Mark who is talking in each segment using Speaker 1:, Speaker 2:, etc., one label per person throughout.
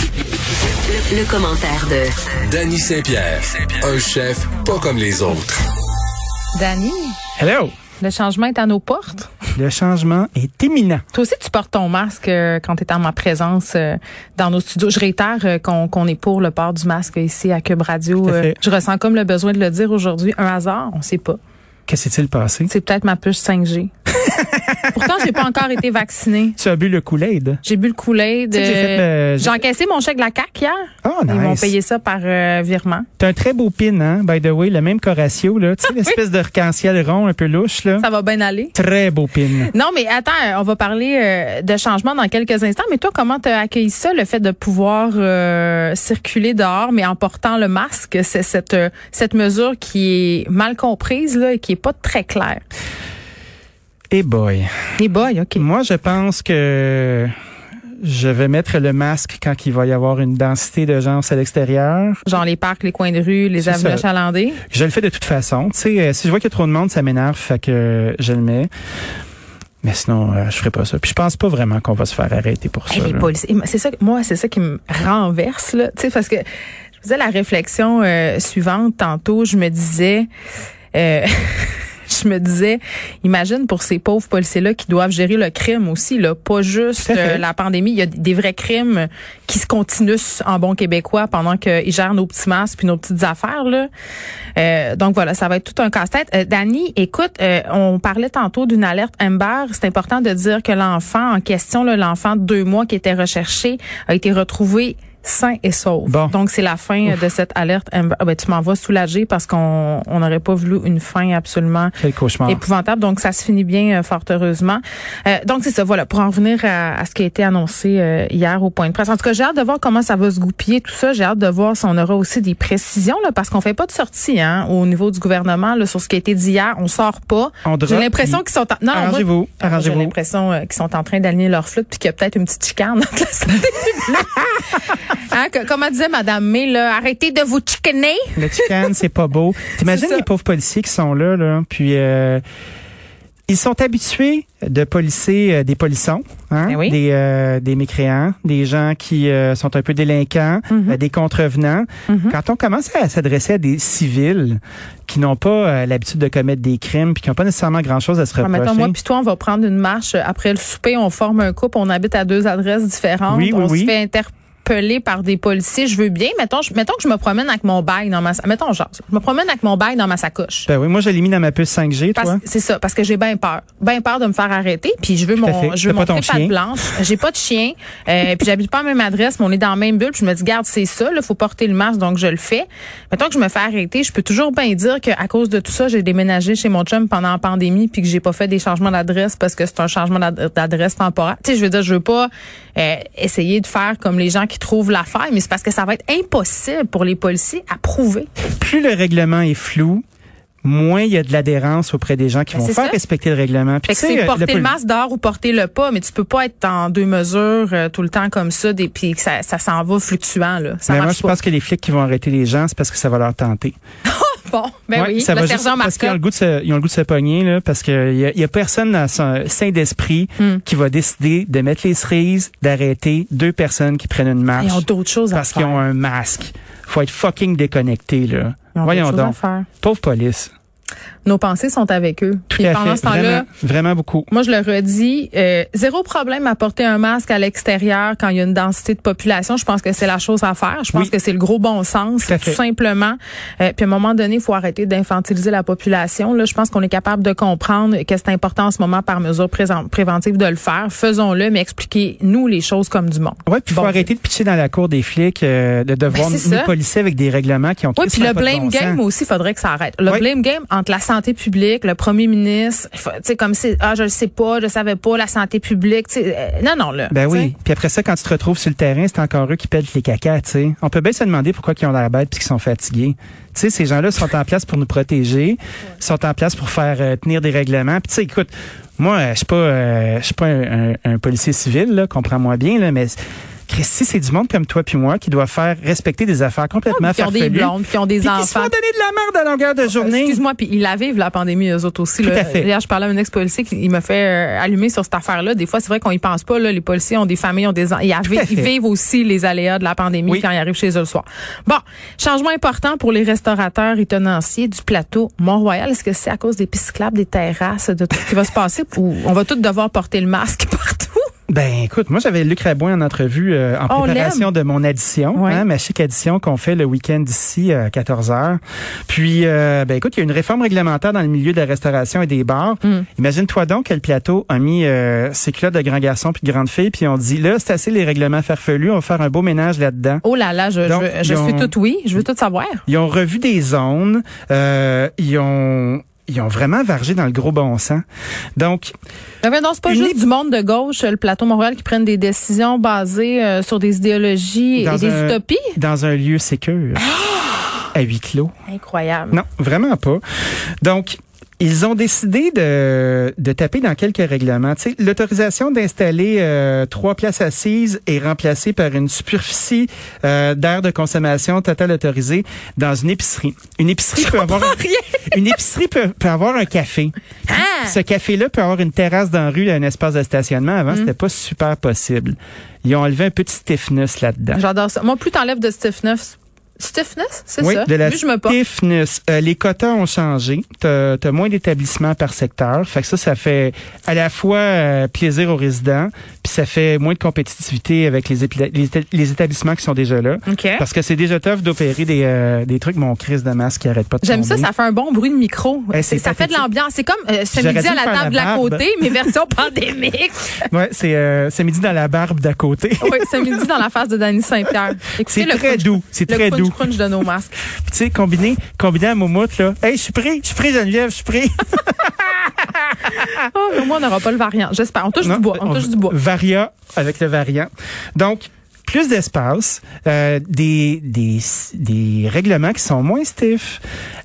Speaker 1: Le, le commentaire de
Speaker 2: Danny Saint-Pierre, un chef pas comme les autres.
Speaker 3: Danny,
Speaker 4: Hello.
Speaker 3: le changement est à nos portes.
Speaker 4: Le changement est imminent.
Speaker 3: Toi aussi, tu portes ton masque euh, quand tu es en ma présence euh, dans nos studios. Je réitère euh, qu'on qu'on est pour le port du masque ici à Cube Radio. euh,
Speaker 4: Tout à fait.
Speaker 3: je ressens comme le besoin de le dire aujourd'hui. Un hasard, on sait pas.
Speaker 4: Que s'est-il passé?
Speaker 3: C'est peut-être ma puce 5G. Pourtant, j'ai pas encore été vaccinée.
Speaker 4: Tu as bu le Kool-Aid?
Speaker 3: J'ai bu le coulet
Speaker 4: Tu sais que j'ai fait, euh,
Speaker 3: J'ai encaissé mon chèque de la CAQ hier.
Speaker 4: Oh,
Speaker 3: Ils m'ont
Speaker 4: nice.
Speaker 3: payé ça par euh, virement.
Speaker 4: T'as un très beau pin, hein, by the way, le même qu'Horatio, là. Tu sais, l'espèce de arc-en-ciel rond un peu louche, là.
Speaker 3: Ça va bien aller.
Speaker 4: Très beau pin.
Speaker 3: Non, mais attends, on va parler euh, de changement dans quelques instants. Mais toi, comment t'as accueilli ça, le fait de pouvoir euh, circuler dehors, mais en portant le masque? C'est cette, euh, cette mesure qui est mal comprise là, et qui est pas très claire.
Speaker 4: Et boy.
Speaker 3: Les boy, OK.
Speaker 4: Moi, je pense que je vais mettre le masque quand il va y avoir une densité de gens à l'extérieur.
Speaker 3: Genre les parcs, les coins de rue, les
Speaker 4: C'est
Speaker 3: avenues
Speaker 4: ça.
Speaker 3: achalandées.
Speaker 4: Je le fais de toute façon. Tu sais, euh, si je vois qu'il y a trop de monde, ça m'énerve, fait que euh, je le mets. Mais sinon, euh, je ferai pas ça. Puis je pense pas vraiment qu'on va se faire arrêter pour ça.
Speaker 3: Hey, les
Speaker 4: là.
Speaker 3: policiers, et moi, c'est ça, que- moi, c'est ça qui me renverse, là. Tu sais, parce que je faisais la réflexion euh, suivante tantôt, je me disais, euh, je me disais, imagine pour ces pauvres policiers-là qui doivent gérer le crime aussi, là, pas juste
Speaker 4: Tout à fait.
Speaker 3: euh, la pandémie. Il y a des- des vrais crimes qui se continuent en bon québécois pendant qu'ils gèrent nos petits masques puis nos petites affaires, là. Euh, donc voilà, ça va être tout un casse-tête. Euh, Dani, écoute, euh, on parlait tantôt d'une alerte Amber. C'est important de dire que l'enfant en question, là, l'enfant de deux mois qui était recherché, a été retrouvé sain et sauf.
Speaker 4: Bon.
Speaker 3: Donc c'est la fin euh, de cette alerte Amber. Ah, ben, tu m'en vas soulager parce qu'on on n'aurait pas voulu une fin absolument
Speaker 4: Quel cauchemar.
Speaker 3: épouvantable. Donc, ça se finit bien, euh, fort heureusement. Euh, donc, c'est ça, voilà, pour en revenir à, à ce qui a été annoncé euh, hier au point de presse. En tout cas, j'ai hâte de voir comment ça va se goupiller, tout ça. J'ai hâte de voir si on aura aussi des précisions, là, parce qu'on fait pas de sortie hein, au niveau du gouvernement là, sur ce qui a été dit hier. On sort pas.
Speaker 4: On drop,
Speaker 3: J'ai l'impression
Speaker 4: puis
Speaker 3: qu'ils sont... En... Non, Ah, moi,
Speaker 4: Arrangez-vous,
Speaker 3: j'ai
Speaker 4: arrangez-vous.
Speaker 3: l'impression euh, qu'ils sont en train d'aligner leur flûte puis qu'il y a peut-être une petite chicane entre la santé publique. Hein, que- comment disait Madame May, là, arrêtez de vous chicaner.
Speaker 4: Le chicken, c'est pas beau. T'imagines
Speaker 3: C'est ça.
Speaker 4: les pauvres policiers qui sont là, là, puis euh, ils sont habitués de policer euh, des polissons, hein,
Speaker 3: Eh oui.
Speaker 4: des, euh, des mécréants, des gens qui euh, sont un peu délinquants,
Speaker 3: Mhm.
Speaker 4: euh, des contrevenants. Quand on commence à s'adresser à des civils qui n'ont pas euh, l'habitude de commettre des crimes, puis qui n'ont pas nécessairement grand-chose à se
Speaker 3: Ah,
Speaker 4: reprocher.
Speaker 3: mettons, moi puis toi, on va prendre une marche. euh, Après le souper, on forme un couple, on habite à deux adresses différentes.
Speaker 4: Oui, oui,
Speaker 3: on se
Speaker 4: oui.
Speaker 3: fait interpeller par des policiers. Je veux bien, mettons, je- mettons que je me promène avec mon bail dans ma... Mettons, genre, je me promène avec mon bail dans ma sacoche.
Speaker 4: Ben oui, moi, je l'ai mis dans ma puce 5G,
Speaker 3: Parce-
Speaker 4: toi.
Speaker 3: c'est ça, parce que j'ai bien peur. Bien peur de me faire arrêter, puis je veux
Speaker 4: à
Speaker 3: mon,
Speaker 4: fait.
Speaker 3: je veux
Speaker 4: T'as
Speaker 3: mon
Speaker 4: pas ton
Speaker 3: trip à
Speaker 4: chien.
Speaker 3: blanche. J'ai pas de chien, euh, puis j'habite pas à la même adresse, mais on est dans la même bulle. Puis je me dis, garde, c'est ça, il faut porter le masque, donc je le fais. Mettons que je me fais arrêter, je peux toujours bien dire qu'à cause de tout ça, j'ai déménagé chez mon chum pendant la pandémie, puis que j'ai pas fait des changements d'adresse parce que c'est un changement d'ad- d'adresse temporaire. Tu sais, je veux dire, je veux pas euh, essayer de faire comme les gens qui trouvent l'affaire, mais c'est parce que ça va être impossible pour les policiers à prouver.
Speaker 4: plus le règlement est flou, moins il y a de l'adhérence auprès des gens qui
Speaker 3: Ben,
Speaker 4: vont
Speaker 3: c'est
Speaker 4: faire
Speaker 3: ça.
Speaker 4: respecter le règlement.
Speaker 3: Fait
Speaker 4: Puis
Speaker 3: que
Speaker 4: tu sais,
Speaker 3: c'est
Speaker 4: euh,
Speaker 3: porter le,
Speaker 4: poli-
Speaker 3: masque d'or ou porter le pas, mais tu peux pas être en deux mesures euh, tout le temps comme ça, des, puis que ça, ça s'en va fluctuant, là. Ça
Speaker 4: Mais Ben, moi,
Speaker 3: marche
Speaker 4: je pense que les flics qui vont arrêter les gens, c'est parce que ça va leur tenter.
Speaker 3: pas. Bon, ben
Speaker 4: Ouais,
Speaker 3: oui,
Speaker 4: ça
Speaker 3: le
Speaker 4: va juste
Speaker 3: sergent
Speaker 4: parce qu'ils ont
Speaker 3: Marcotte.
Speaker 4: le goût de se, ils ont le goût de se pogner là, parce que il y, a- il y a personne dans son sain d'esprit
Speaker 3: Hmm.
Speaker 4: qui va décider de mettre les cerises, d'arrêter deux personnes qui prennent une marche
Speaker 3: Ils ont d'autres choses à
Speaker 4: parce qu'ils
Speaker 3: faire.
Speaker 4: ont un masque. Faut être fucking déconnecté là.
Speaker 3: Ils ont
Speaker 4: Voyons
Speaker 3: d'autres choses à
Speaker 4: donc,
Speaker 3: faire.
Speaker 4: pauvre police.
Speaker 3: Nos pensées sont avec eux.
Speaker 4: Tout
Speaker 3: Et
Speaker 4: à
Speaker 3: pendant
Speaker 4: fait.
Speaker 3: ce temps-là,
Speaker 4: vraiment, vraiment beaucoup.
Speaker 3: Moi, je le redis, euh, zéro problème à porter un masque à l'extérieur quand il y a une densité de population. Je pense que c'est la chose à faire. Je pense
Speaker 4: Oui.
Speaker 3: que c'est le gros bon sens,
Speaker 4: Tout
Speaker 3: tout,
Speaker 4: à fait.
Speaker 3: simplement. Euh, puis à un moment donné, il faut arrêter d'infantiliser la population. Là, je pense qu'on est capable de comprendre que c'est important en ce moment par mesure présent- préventive de le faire. Faisons-le, mais expliquez-nous les choses comme du monde.
Speaker 4: Ouais, puis faut
Speaker 3: Bon,
Speaker 4: arrêter de pitcher dans la cour des flics, euh, de devoir
Speaker 3: Ben,
Speaker 4: nous
Speaker 3: c'est ça.
Speaker 4: policer avec des règlements qui ont.
Speaker 3: Oui, puis
Speaker 4: crissement
Speaker 3: le
Speaker 4: pas de
Speaker 3: blame
Speaker 4: bon sens.
Speaker 3: game aussi, faudrait que ça arrête. Le
Speaker 4: Oui.
Speaker 3: blame game entre la santé publique, le premier ministre, faut- tu sais, comme c'est, ah, je le sais pas, je le savais pas, la santé publique, tu sais, euh, non, non, là.
Speaker 4: Ben
Speaker 3: tu sais.
Speaker 4: oui. Puis après ça, quand tu te retrouves sur le terrain, c'est encore eux qui pètent les cacas, tu sais. On peut bien se demander pourquoi ils ont l'air bêtes puis qu'ils sont fatigués. Tu sais, ces gens-là sont en place pour nous protéger, sont en place pour faire euh, tenir des règlements. Puis tu sais, écoute, moi, euh, je suis pas, euh, je suis pas un, un- un policier civil, là, comprends-moi bien, là, mais Christy, c'est du monde comme toi puis moi qui doit faire respecter des affaires complètement
Speaker 3: Ah, qui ont des
Speaker 4: farfelues,
Speaker 3: blondes, qui ont des
Speaker 4: puis qui se font
Speaker 3: enfants.
Speaker 4: donner de la merde à longueur de journée.
Speaker 3: Excuse-moi, puis ils la vivent la pandémie eux autres aussi.
Speaker 4: Tout
Speaker 3: là.
Speaker 4: à fait.
Speaker 3: Hier, je parlais à un ex-policier qui il me fait euh, allumer sur cette affaire-là. Des fois, c'est vrai qu'on y pense pas. Là, les policiers ont des familles, ont des en- ils, la vivent-
Speaker 4: à fait.
Speaker 3: ils vivent aussi les aléas de la pandémie
Speaker 4: Oui.
Speaker 3: quand ils arrivent chez eux le soir. Bon, changement important pour les restaurateurs et tenanciers du plateau Mont-Royal. Est-ce que c'est à cause des pistes cyclables, des terrasses, de tout ce qui va se passer ou on va tous devoir porter le masque partout?
Speaker 4: Ben écoute, moi j'avais Luc Rabouin en entrevue euh, en
Speaker 3: On
Speaker 4: préparation de mon addition,
Speaker 3: Ouais.
Speaker 4: hein, ma chic addition qu'on fait le week-end d'ici à 14h. Puis euh, ben écoute, il y a une réforme réglementaire dans le milieu de la restauration et des bars.
Speaker 3: Mm.
Speaker 4: Imagine-toi donc que le plateau a mis euh, ses culottes de grand garçon puis de grande fille, puis on dit là, c'est assez les règlements farfelus, on va faire un beau ménage là-dedans.
Speaker 3: Oh là là, je,
Speaker 4: Donc,
Speaker 3: je- je
Speaker 4: ils ont-
Speaker 3: suis tout oui, je veux tout savoir.
Speaker 4: Ils ont revu des zones. Euh, ils ont ils ont vraiment vargé dans le gros bon sens. Donc,
Speaker 3: Ben, ben non, c'est pas
Speaker 4: Une
Speaker 3: juste du monde de gauche, euh, le plateau Montréal, qui prennent des décisions basées euh, sur des idéologies
Speaker 4: Dans
Speaker 3: et des
Speaker 4: un-
Speaker 3: utopies.
Speaker 4: dans un lieu sécure,
Speaker 3: Ah!
Speaker 4: à huis clos.
Speaker 3: Incroyable.
Speaker 4: Non, vraiment pas. Donc, ils ont décidé de, de taper dans quelques règlements. Tu sais, L'autorisation d'installer euh, trois places assises est remplacée par une superficie euh, d'air de consommation totale autorisée dans une épicerie. Une épicerie peut avoir
Speaker 3: Rien.
Speaker 4: une épicerie peut, peut avoir un café.
Speaker 3: Ah!
Speaker 4: Ce café-là peut avoir une terrasse dans la rue, un espace de stationnement.
Speaker 3: Mm.
Speaker 4: Avant, c'était pas super possible. Ils ont enlevé un petit stiffness là-dedans.
Speaker 3: J'adore ça. Moi, plus t'enlèves de stiffness. Stiffness, c'est
Speaker 4: Oui,
Speaker 3: ça?
Speaker 4: de la
Speaker 3: Plus je me porte.
Speaker 4: stiffness. Euh, les quotas ont changé. T'as as moins d'établissements par secteur. Fait que ça, ça fait à la fois euh, plaisir aux résidents, puis ça fait moins de compétitivité avec les, épi- les, éta- les établissements qui sont déjà là.
Speaker 3: OK.
Speaker 4: Parce que c'est déjà tough d'opérer des, euh, des trucs, mon crise de masque qui arrête pas de
Speaker 3: J'aime
Speaker 4: tomber.
Speaker 3: ça, ça fait un bon bruit de micro.
Speaker 4: Eh, c'est
Speaker 3: C'est- ça fait de
Speaker 4: pathétique.
Speaker 3: l'ambiance. C'est comme euh, ce
Speaker 4: J'aurais
Speaker 3: midi
Speaker 4: dû
Speaker 3: à
Speaker 4: faire
Speaker 3: la
Speaker 4: la
Speaker 3: table de la
Speaker 4: barbe.
Speaker 3: côté, mais version pandémique.
Speaker 4: Ouais, c'est euh, c'est midi dans la barbe d'à côté.
Speaker 3: oui, ce midi dans la face de Danny Saint-Pierre. Écoutez
Speaker 4: C'est
Speaker 3: le
Speaker 4: très
Speaker 3: crunch,
Speaker 4: doux, c'est
Speaker 3: le
Speaker 4: très
Speaker 3: crunch,
Speaker 4: doux.
Speaker 3: crunch de nos masques.
Speaker 4: Puis tu sais, combiné, combiné à Moumoute, là. Hey, je suis prêt, je suis prêt, Geneviève, je suis prêt.
Speaker 3: Oh, mais au moins, on n'aura pas le variant. J'espère. On touche
Speaker 4: Non,
Speaker 3: du bois. On, touche du bois.
Speaker 4: Varia avec le variant. Donc, plus d'espace, euh, des, des, des règlements qui sont moins stiffs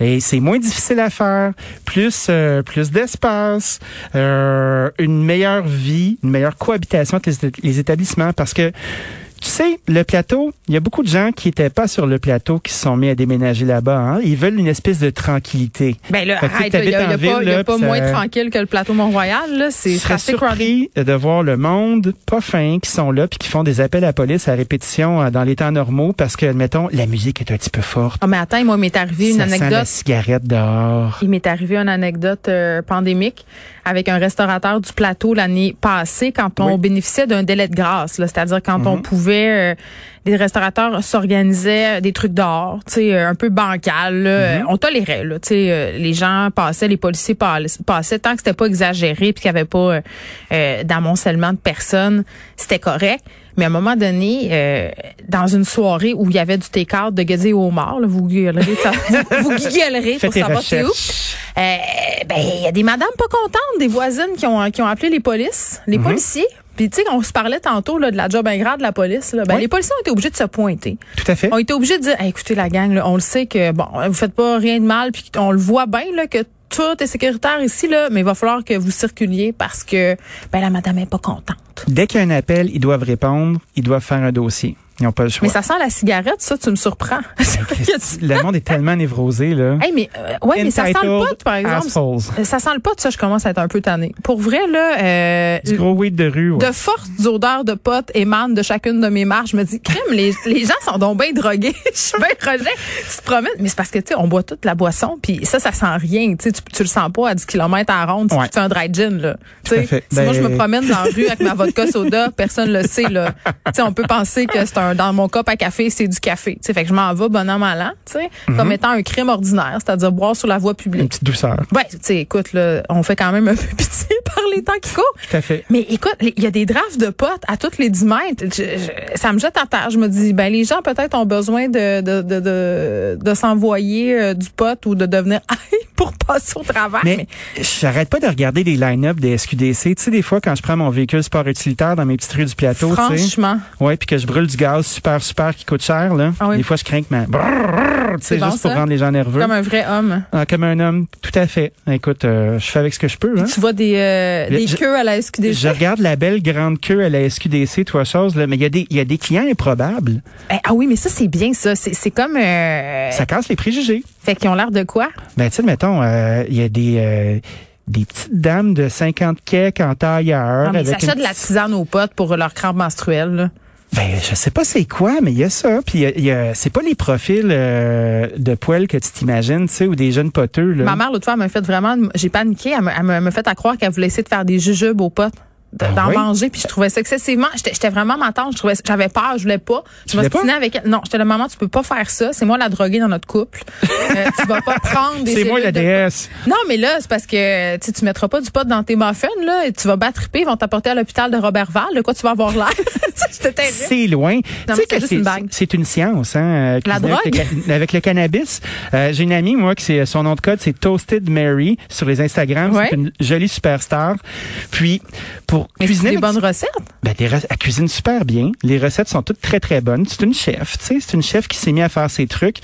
Speaker 4: et c'est moins difficile à faire, plus euh, plus d'espace, euh, une meilleure vie, une meilleure cohabitation entre les, éta- les établissements parce que tu sais, le plateau, il y a beaucoup de gens qui étaient pas sur le plateau qui se sont mis à déménager là-bas. hein. Ils veulent une espèce de tranquillité.
Speaker 3: Ben là,
Speaker 4: Fait que tu sais,
Speaker 3: arrête, là, il n'y a,
Speaker 4: t'habites en
Speaker 3: il y a pas,
Speaker 4: ville,
Speaker 3: il y a
Speaker 4: là,
Speaker 3: pas
Speaker 4: puis
Speaker 3: moins
Speaker 4: ça-
Speaker 3: tranquille que le plateau Mont-Royal. là. C'est
Speaker 4: je
Speaker 3: c'est
Speaker 4: serais
Speaker 3: assez crowded.
Speaker 4: surpris de voir le monde pas fin qui sont là puis qui font des appels à la police à répétition euh, dans les temps normaux parce que, mettons, la musique est un petit peu forte.
Speaker 3: Ah, mais attends, moi, il m'est arrivé une
Speaker 4: Ça sent la
Speaker 3: anecdote.
Speaker 4: cigarette dehors.
Speaker 3: Il m'est arrivé une anecdote euh, pandémique avec un restaurateur du plateau l'année passée quand on
Speaker 4: Oui.
Speaker 3: bénéficiait d'un délai de grâce, là, c'est-à-dire quand on pouvait, euh, les restaurateurs s'organisaient euh, des trucs dehors, tu sais, euh, un peu bancal, là, euh, on tolérait, là, tu sais, euh, les gens passaient, les policiers pas- passaient, tant que c'était pas exagéré puis qu'il y avait pas euh, euh, d'amoncellement de personnes, c'était correct. Mais à un moment donné, euh, dans une soirée où il y avait du take-out de gazé au mort, là, vous gueulerez, ça- vous gueulerez
Speaker 4: Fais
Speaker 3: pour
Speaker 4: tes
Speaker 3: savoir c'est où.
Speaker 4: recherches.
Speaker 3: Euh, ben, il y a des madames pas contentes, des voisines qui ont, euh, qui ont appelé les polices, les
Speaker 4: Mhm.
Speaker 3: policiers. Puis, tu sais, on se parlait tantôt là, de la job ingrate de la police. Là. Ben,
Speaker 4: Oui.
Speaker 3: Les policiers ont été obligés de se pointer.
Speaker 4: Tout à fait.
Speaker 3: Ont été obligés de dire, Hey, écoutez, la gang, là, on le sait que, bon, vous faites pas rien de mal, puis on le voit bien, là, que tout est sécuritaire ici, là, mais il va falloir que vous circuliez parce que, ben, la madame est pas contente.
Speaker 4: Dès qu'il y a un appel, ils doivent répondre, ils doivent faire un dossier. Ils n'ont pas le choix.
Speaker 3: Mais ça sent la cigarette, ça, tu me surprends.
Speaker 4: le monde est tellement névrosé, là.
Speaker 3: Hey, mais, euh, ouais, mais ça sent le
Speaker 4: Entitled
Speaker 3: pot, par exemple.
Speaker 4: assholes.
Speaker 3: Euh, Ça sent le pot, ça, je commence à être un peu tannée. Pour vrai, là, euh,
Speaker 4: Du gros weed de rue, ouais.
Speaker 3: de fortes odeurs de potes émanent de chacune de mes marches. Je me dis, crème, les, les gens sont donc bien drogués. Je suis bien rejet. Tu te promènes. Mais c'est parce que, tu sais, on boit toute la boisson, puis ça, ça sent rien. Tu sais, tu, tu le sens pas à 10 km à la ronde si
Speaker 4: Ouais.
Speaker 3: tu fais un dry gin, là. Tu
Speaker 4: à
Speaker 3: sais,
Speaker 4: fait.
Speaker 3: si moi,
Speaker 4: Ben-
Speaker 3: je me promène dans la rue avec ma vodka soda, personne le sait, là. Tu sais, on peut penser que c'est un, dans mon cop à café, c'est du café. Tu sais, fait que je m'en vais bon an, mal an, tu sais,
Speaker 4: Mm-hmm.
Speaker 3: comme étant un crime ordinaire, c'est-à-dire boire sur la voie
Speaker 4: Une
Speaker 3: publique.
Speaker 4: petite douceur.
Speaker 3: Ouais, tu sais, écoute, là, on fait quand même un peu pitié par les temps qui courent.
Speaker 4: Tout à fait.
Speaker 3: Mais écoute, il y a des drafts de potes à toutes les 10 mètres. Je- je- ça me jette à terre. Je me dis, ben les gens peut-être ont besoin de de, de, de, de s'envoyer euh, du pote ou de devenir high pour passer au travail.
Speaker 4: Mais j'arrête pas de regarder des line-up des SQDC. Tu sais, des fois, quand je prends mon véhicule sport et utilitaire dans mes petites rues du plateau. tu sais.
Speaker 3: Franchement.
Speaker 4: Ouais, puis que je brûle du gaz super, super qui coûte cher, là.
Speaker 3: Ah oui.
Speaker 4: Des fois, je crains que ma. Brrr, tu sais,
Speaker 3: C'est bon,
Speaker 4: juste pour
Speaker 3: ça?
Speaker 4: rendre les gens nerveux.
Speaker 3: Comme un vrai homme.
Speaker 4: Ah, comme un homme, tout à fait. Écoute, euh, je fais avec ce que je peux. Hein?
Speaker 3: Tu vois des, euh,
Speaker 4: Mais
Speaker 3: des
Speaker 4: je-
Speaker 3: queues à la SQDC.
Speaker 4: Je regarde la belle grande queue à la SQDC, trois choses, là, mais il y, a des- il y a des clients improbables.
Speaker 3: Eh, ah oui, mais ça, c'est bien, ça. C'est c'est comme. euh,
Speaker 4: Ça casse les préjugés.
Speaker 3: Fait qu'ils ont l'air de quoi?
Speaker 4: Ben, tu sais, mettons, euh, il y a des, euh, des petites dames de 50 cakes en tailleur.
Speaker 3: Non, mais ils
Speaker 4: avec
Speaker 3: s'achètent
Speaker 4: une
Speaker 3: de la
Speaker 4: petite-
Speaker 3: tisane aux potes pour leur crampe menstruelle. là.
Speaker 4: Ben, je sais pas c'est quoi, mais il y a ça. Puis, il y a- il y a- c'est pas les profils euh, de poils que tu t'imagines, tu sais, ou des jeunes poteux, là.
Speaker 3: Ma mère, l'autre fois, elle m'a fait vraiment. J'ai paniqué. Elle m'a- elle m'a elle m'a fait à croire qu'elle voulait essayer de faire des jujubes aux potes. d-
Speaker 4: Ah
Speaker 3: D'en
Speaker 4: oui?
Speaker 3: manger, puis je trouvais ça excessivement. J'étais j'étais vraiment mentante. Je trouvais, j'avais peur, je voulais pas.
Speaker 4: Tu
Speaker 3: Je
Speaker 4: voulais pas?
Speaker 3: m'obstinais avec elle. Non, j'étais la maman, tu peux pas faire ça. C'est moi la droguée dans notre couple. Euh, tu vas pas prendre des.
Speaker 4: C'est moi la
Speaker 3: gélules de-
Speaker 4: déesse.
Speaker 3: Non, mais là, c'est parce que tu sais, tu mettras pas du pot dans tes muffins, là, et tu vas battre ils vont t'apporter à l'hôpital de Robert Val. De quoi tu vas avoir l'air? Tu sais, J'étais terrible.
Speaker 4: C'est loin.
Speaker 3: mais
Speaker 4: Tu sais
Speaker 3: c'est
Speaker 4: que
Speaker 3: juste une bague.
Speaker 4: c'est une science, hein. euh,
Speaker 3: La
Speaker 4: cuisiner Avec
Speaker 3: drogue?
Speaker 4: le, ca- avec le cannabis. Euh, J'ai une amie, moi, qui c'est son nom de code, c'est Toasted Mary sur les Instagram.
Speaker 3: Ouais.
Speaker 4: C'est une jolie superstar. Puis, pour
Speaker 3: Mais c'est
Speaker 4: cuisiner
Speaker 3: des
Speaker 4: avec-
Speaker 3: bonnes recettes.
Speaker 4: Ben, des rec- elle cuisine super bien. Les recettes sont toutes très, très bonnes. C'est une chef, tu sais. C'est une chef qui s'est mise à faire ses trucs.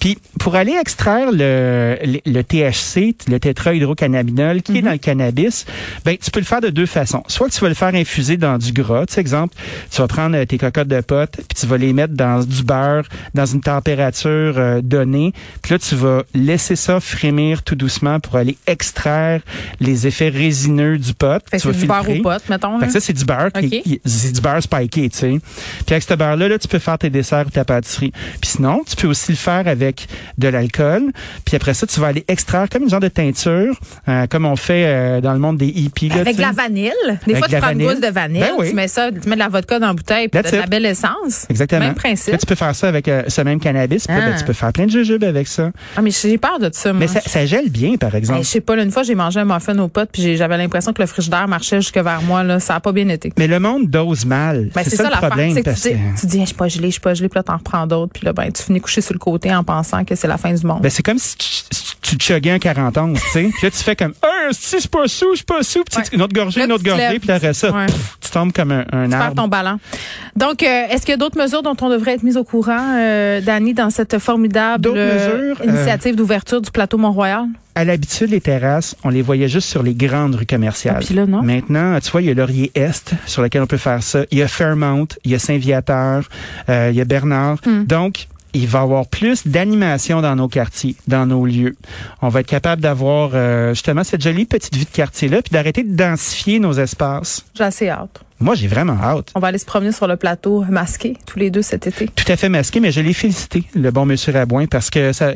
Speaker 4: Puis, pour aller extraire le, le, le THC, le tétrahydrocannabinol, qui est
Speaker 3: Mhm.
Speaker 4: dans le cannabis, ben, tu peux le faire de deux façons. Soit tu vas le faire infuser dans du gras. Tu sais, exemple, tu vas prendre euh, tes cocottes de potes, puis tu vas les mettre dans du beurre, dans une température euh, donnée. Puis là, tu vas laisser ça frémir tout doucement pour aller extraire les effets résineux du pot.
Speaker 3: Fait que
Speaker 4: tu vas
Speaker 3: c'est du beurre
Speaker 4: filtrer.
Speaker 3: aux potes, mettons.
Speaker 4: Fait que
Speaker 3: là.
Speaker 4: ça, c'est du beurre. qui-
Speaker 3: Ok.
Speaker 4: qui- C'est du beurre spiké, tu sais. Puis avec ce beurre-là, là, tu peux faire tes desserts ou ta pâtisserie. Puis sinon, tu peux aussi le faire avec de l'alcool. Puis après ça, tu vas aller extraire comme une genre de teinture, euh, comme on fait euh, dans le monde des hippies. là,
Speaker 3: Avec
Speaker 4: tu
Speaker 3: de
Speaker 4: sais.
Speaker 3: la vanille. Des
Speaker 4: Avec
Speaker 3: fois, tu
Speaker 4: de la
Speaker 3: prends une
Speaker 4: vanille.
Speaker 3: gousse de vanille,
Speaker 4: Ben oui.
Speaker 3: tu mets ça, tu mets de la vodka dans la bouteille, puis
Speaker 4: That's
Speaker 3: t'as de la
Speaker 4: it.
Speaker 3: belle essence.
Speaker 4: Exactement.
Speaker 3: Même
Speaker 4: Là,
Speaker 3: principe.
Speaker 4: tu peux faire ça avec euh, ce même cannabis. Puis là,
Speaker 3: Ah.
Speaker 4: ben, tu peux faire plein de jujubes avec ça.
Speaker 3: Ah, mais j'ai peur de ça, moi.
Speaker 4: Mais ça, ça gèle bien, par exemple.
Speaker 3: Hey, Ben, je sais pas, là, une fois, j'ai mangé un muffin aux potes, puis j'ai- j'avais l'impression que le frigidaire marchait jusque vers moi, là. Ça a pas bien été.
Speaker 4: Mais le monde dose mal.
Speaker 3: Ben,
Speaker 4: c'est ça, le
Speaker 3: l'affaire.
Speaker 4: problème.
Speaker 3: C'est que
Speaker 4: parce
Speaker 3: tu dis,
Speaker 4: que-
Speaker 3: tu dis, Hey, je suis pas gelé, je suis pas gelé, puis là, t'en reprends d'autres, puis là, ben, tu finis couché sur le côté en pensant que c'est la fin du monde.
Speaker 4: Ben, c'est comme si tu, si tu te chuggais un 40 ans, tu sais. Puis là, tu fais comme, euh, si je suis pas sous, je suis pas sous. Puis tu-
Speaker 3: Ouais.
Speaker 4: une autre gorgée,
Speaker 3: Là,
Speaker 4: une autre
Speaker 3: tu te
Speaker 4: gorgée.
Speaker 3: lèves.
Speaker 4: Puis après ça,
Speaker 3: Ouais.
Speaker 4: pff, tu tombes comme un, un
Speaker 3: tu perds
Speaker 4: arbre.
Speaker 3: ton ballon. Donc, euh, est-ce qu'il y a d'autres mesures dont on devrait être mis au courant, euh, Dani, dans cette formidable
Speaker 4: D'autres mesures, euh,
Speaker 3: initiative d'ouverture du plateau Mont-Royal?
Speaker 4: À l'habitude, les terrasses, on les voyait juste sur les grandes rues commerciales.
Speaker 3: Ah, puis là, non.
Speaker 4: Maintenant, tu vois, il y a Laurier Est, sur lequel on peut faire ça. Il y a Fairmount, il y a Saint-Viateur, euh, il y a Bernard.
Speaker 3: Hmm.
Speaker 4: Donc, il va y avoir plus d'animation dans nos quartiers, dans nos lieux. On va être capable d'avoir euh, justement cette jolie petite vie de quartier-là, puis d'arrêter de densifier nos espaces.
Speaker 3: J'ai assez hâte.
Speaker 4: Moi, j'ai vraiment hâte.
Speaker 3: On va aller se promener sur le plateau masqué tous les deux cet été.
Speaker 4: tout à fait masqué, mais je l'ai félicité, le bon monsieur Rabouin, parce que ça,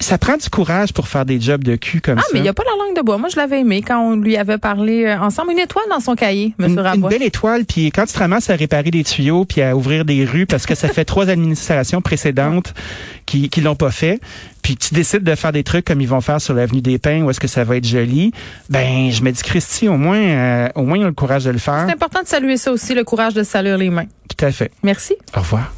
Speaker 4: ça prend du courage pour faire des jobs de cul comme
Speaker 3: Ah,
Speaker 4: ça.
Speaker 3: mais il n'y a pas la langue de bois. Moi, je l'avais aimé quand on lui avait parlé euh, ensemble. Une étoile dans son cahier,
Speaker 4: une,
Speaker 3: Monsieur
Speaker 4: une
Speaker 3: Rabois.
Speaker 4: belle étoile, puis quand tu te ramasses à réparer des tuyaux, puis à ouvrir des rues, parce que ça fait trois administrations précédentes qui qui l'ont pas fait, puis tu décides de faire des trucs comme ils vont faire sur l'avenue des Pins, où est-ce que ça va être joli, ben je me dis Christy, au moins, euh, au moins ils ont le courage de le faire.
Speaker 3: C'est important de saluer ça aussi, le courage de saluer les mains.
Speaker 4: Tout à fait.
Speaker 3: Merci.
Speaker 4: Au revoir.